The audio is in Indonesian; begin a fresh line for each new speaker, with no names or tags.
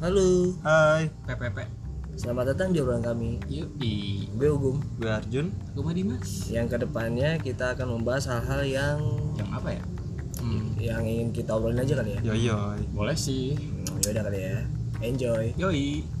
Halo,
Hai,
PPP
selamat datang di obrolan kami.
yuk di
Gue Ugum.
gue Arjun.
rumah Dimas
Yang kedepannya kita akan membahas hal-hal yang
jam apa ya hmm,
yang ingin kita obrolin aja kali ya.
Yoyoy.
boleh sih
Ya udah kali ya. Enjoy.
yoi